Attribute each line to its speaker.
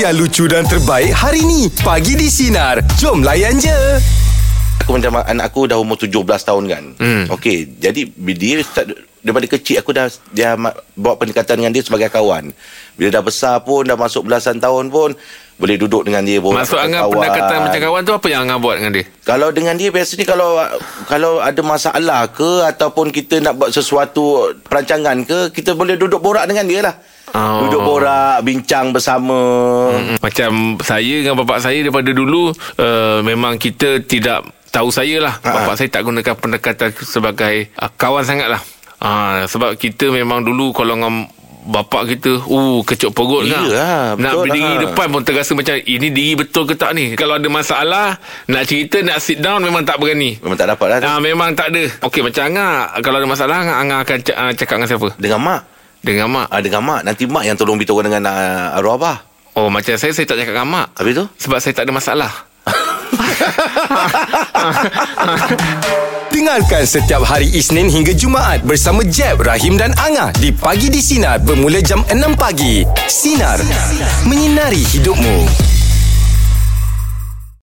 Speaker 1: yang lucu dan terbaik hari ni. Pagi di Sinar. Jom layan je.
Speaker 2: Aku macam anak aku dah umur 17 tahun kan. Hmm. Okey, jadi bila dia start daripada kecil aku dah dia ma- bawa pendekatan dengan dia sebagai kawan. Bila dah besar pun dah masuk belasan tahun pun boleh duduk dengan dia pun.
Speaker 3: Maksud
Speaker 2: Macam
Speaker 3: Angah pernah kata macam kawan tu Apa yang Angah buat dengan dia
Speaker 2: Kalau dengan dia biasanya kalau kalau ada masalah ke ataupun kita nak buat sesuatu perancangan ke, kita boleh duduk borak dengan dia lah.
Speaker 3: Oh.
Speaker 2: Duduk borak, bincang bersama. Hmm.
Speaker 3: hmm. Macam saya dengan bapak saya Daripada dulu uh, Memang kita tidak Tahu saya lah
Speaker 2: Ha.
Speaker 3: Bapak saya tak gunakan pendekatan Sebagai uh, kawan sangat lah uh, Sebab kita memang dulu Kalau dengan bapak kita Uh kecup perut kan
Speaker 2: Iyalah,
Speaker 3: Nak
Speaker 2: betul
Speaker 3: berdiri
Speaker 2: lah.
Speaker 3: depan pun terasa macam Ini diri betul ke tak ni Kalau ada masalah Nak cerita nak sit down Memang tak berani
Speaker 2: Memang tak dapat lah.
Speaker 3: Ah memang tak ada. Okey macam Angah kalau ada masalah Angah, Angah akan c- ah, cakap dengan siapa?
Speaker 2: Dengan mak.
Speaker 3: Dengan mak.
Speaker 2: Ah, dengan mak. Nanti mak yang tolong beritahu dengan uh, arwah abah.
Speaker 3: Oh macam saya saya tak cakap dengan mak
Speaker 2: Habis tu?
Speaker 3: sebab saya tak ada masalah.
Speaker 1: Dengarkan setiap hari Isnin hingga Jumaat bersama Jeb, Rahim dan Angah di Pagi di Sinar bermula jam 6 pagi. Sinar. Menyinari hidupmu.